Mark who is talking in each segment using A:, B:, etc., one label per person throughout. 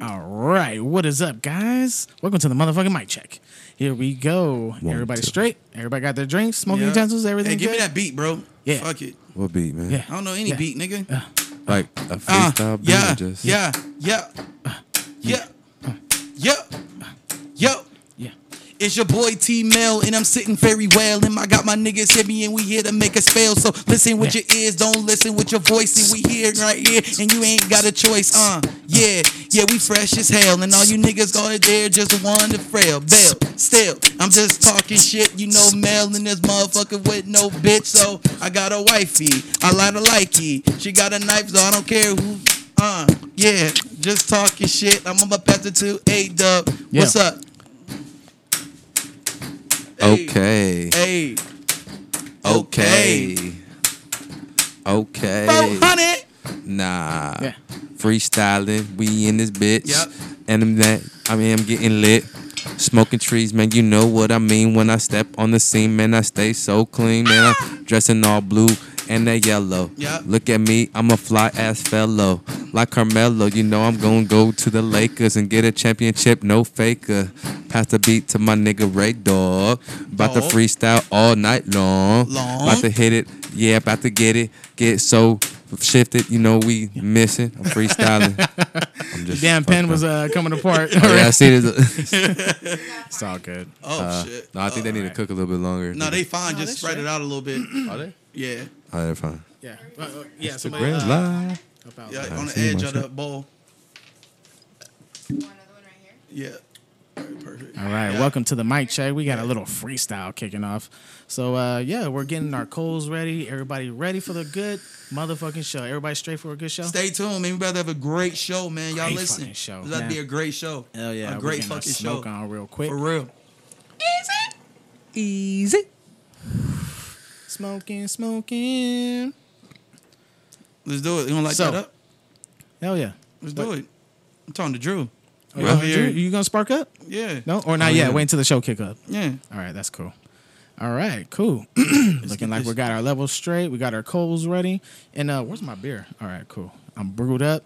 A: All right, what is up, guys? Welcome to the motherfucking mic check. Here we go.
B: One,
A: Everybody
B: two.
A: straight. Everybody got their drinks, smoking
C: Yeah.
A: utensils, everything.
C: Hey, give
A: good?
C: me that beat, bro.
A: Yeah.
C: Fuck it.
B: What beat, man?
A: Yeah.
C: I don't know any
A: Yeah.
C: beat, nigga.
B: Like a
C: Ah,
B: freestyle beat.
C: yeah,
B: or just
C: yeah, yeah, yeah, yeah, yo.
A: Yeah.
C: It's your boy T Mel, and I'm sitting very well. And I got my niggas hit me, and we here to make us fail. So listen with
A: Yeah.
C: your ears, don't listen with your voice. And we here right here, and you ain't got a choice. Uh, yeah, yeah, we fresh as hell. And all you niggas going there just one to frail. Bail, still, I'm just talking shit. You know, Mel in this motherfucker with no bitch. So I got a wifey, I like a likey. She got a knife, so I don't care who. Uh, yeah, just talking shit. I'm on my path to A dub.
A: Yeah.
C: What's up? Hey.
B: Okay.
C: Hey.
B: Okay. Okay.
C: 400.
B: Nah.
A: Yeah.
B: Freestyling. We in this bitch.
C: Yep.
B: And I'm that I mean I'm getting lit. Smoking trees, man. You know what I mean when I step on the scene, man. I stay so clean, man. I'm dressing all blue and that yellow.
C: Yep.
B: Look at me, I'm a fly ass fellow. Like Carmelo, you know I'm gonna go to the Lakers and get a championship, no faker. Pass the beat to my nigga Ray Dog. About to
C: Dog.
B: freestyle all night long.
C: Long.
B: About to hit it. Yeah, about to get it. Get so shifted. You know we missing. I'm freestyling. I'm just
A: Damn,
B: fucked
A: pen
B: up.
A: was uh, coming apart.
B: Oh, yeah, I see this.
A: It's all good.
C: Oh shit.
B: no, I think they need to cook a little bit longer.
C: No, they fine.
A: they
C: Just spread
A: straight.
C: it out a little bit. Uh,
B: are they?
C: yeah.
B: Oh, they're fine.
A: Yeah. Uh, uh, yeah,
B: The
A: somebody,
B: grand
A: uh,
B: lie.
A: about
C: Yeah.
A: that.
C: on the
B: see
C: edge
B: my
C: of the
B: shit.
C: bowl.
D: Or another one right here.
C: Yeah. Alright, Perfect.
A: All right,
C: Yeah.
A: welcome to the mic check. We got a little freestyle kicking off. So, uh, yeah, we're getting our coals ready. Everybody ready for the good motherfucking show. Everybody straight for a good show?
C: Stay tuned, man. We about to have a great show, man. Y'all
A: Great
C: listen.
A: fucking show,
C: It's about to be
A: man.
C: a great show.
A: Hell yeah.
C: A
A: we're
C: great
A: getting our
C: fucking show.
A: smoke on real quick.
C: For real.
A: Smoking, smoking.
C: Let's do it. You gonna light
A: So-
C: that up?
A: Hell yeah.
C: Let's do it. I'm talking to Drew.
A: Oh,
C: Right
A: you-
C: here.
A: you gonna spark up?
C: Yeah.
A: No, or not
B: Oh,
A: yet.
B: yeah.
A: Wait until the show kick up.
C: Yeah.
A: All right, that's cool. All right, cool. Looking like
C: this-
A: we got our levels straight. We got our coals ready. And uh, where's my beer? All right, cool. I'm brewed up,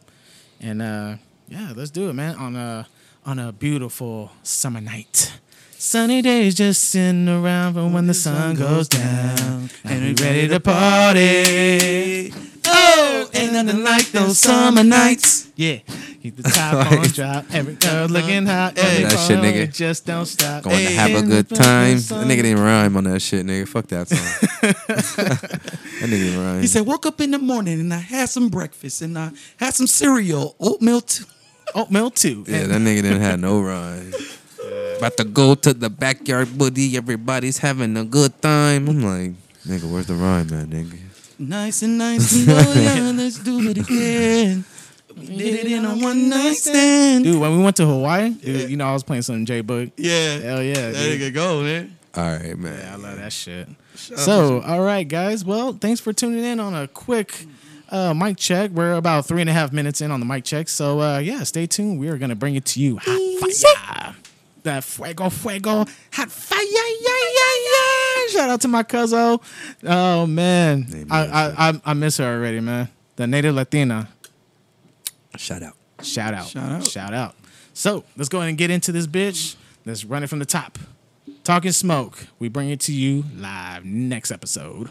A: and uh, yeah, let's do it, man. On a on a beautiful summer night. Sunny days just sitting around from when the sun goes down, and we ready to party. Oh, ain't nothing like those summer nights. Yeah, keep the top on drop. Every girl looking hot. Every
C: Hey,
B: that shit,
A: ball,
B: nigga.
A: it Just don't stop.
B: Going to
C: Hey,
B: have a
A: and
B: good
A: the
B: time.
A: fucking
B: That nigga
A: sun.
B: didn't rhyme on that shit, nigga. Fuck that song. that nigga didn't rhyme.
C: He said, woke up in the morning and I had some breakfast and I had some cereal, oatmeal too.
A: oatmeal too.
B: yeah,
A: And-
B: that nigga didn't have no rhyme. About to go to the backyard, buddy. Everybody's having a good time. I'm like, nigga, where's the rhyme, man, nigga?
C: Nice and nice, and oh yeah, let's do it again. We did it in a one night stand.
A: dude, when we went to Hawaii, dude, you know I was playing some J Book.
C: Yeah.
A: Hell yeah,
C: There
A: dude.
C: you go, man.
B: All right, man.
A: I love that shit. So, all right, guys. Well, thanks for tuning in on a quick uh, mic check. We're about three and a half minutes in on the mic check. So, uh, yeah, stay tuned. We are going to bring it to you. Hot fire. That fuego, fuego, hot fire. Yeah, yeah, yeah. Shout out to my cousin. Oh, man.
B: Name
A: I,
B: that
A: I, I, I miss her already, man. The native Latina.
B: Shout out.
A: Shout out.
C: Shout out.
A: Shout out. So let's go ahead and get into this bitch. Let's run it from the top. Talking smoke. We bring it to you live next episode.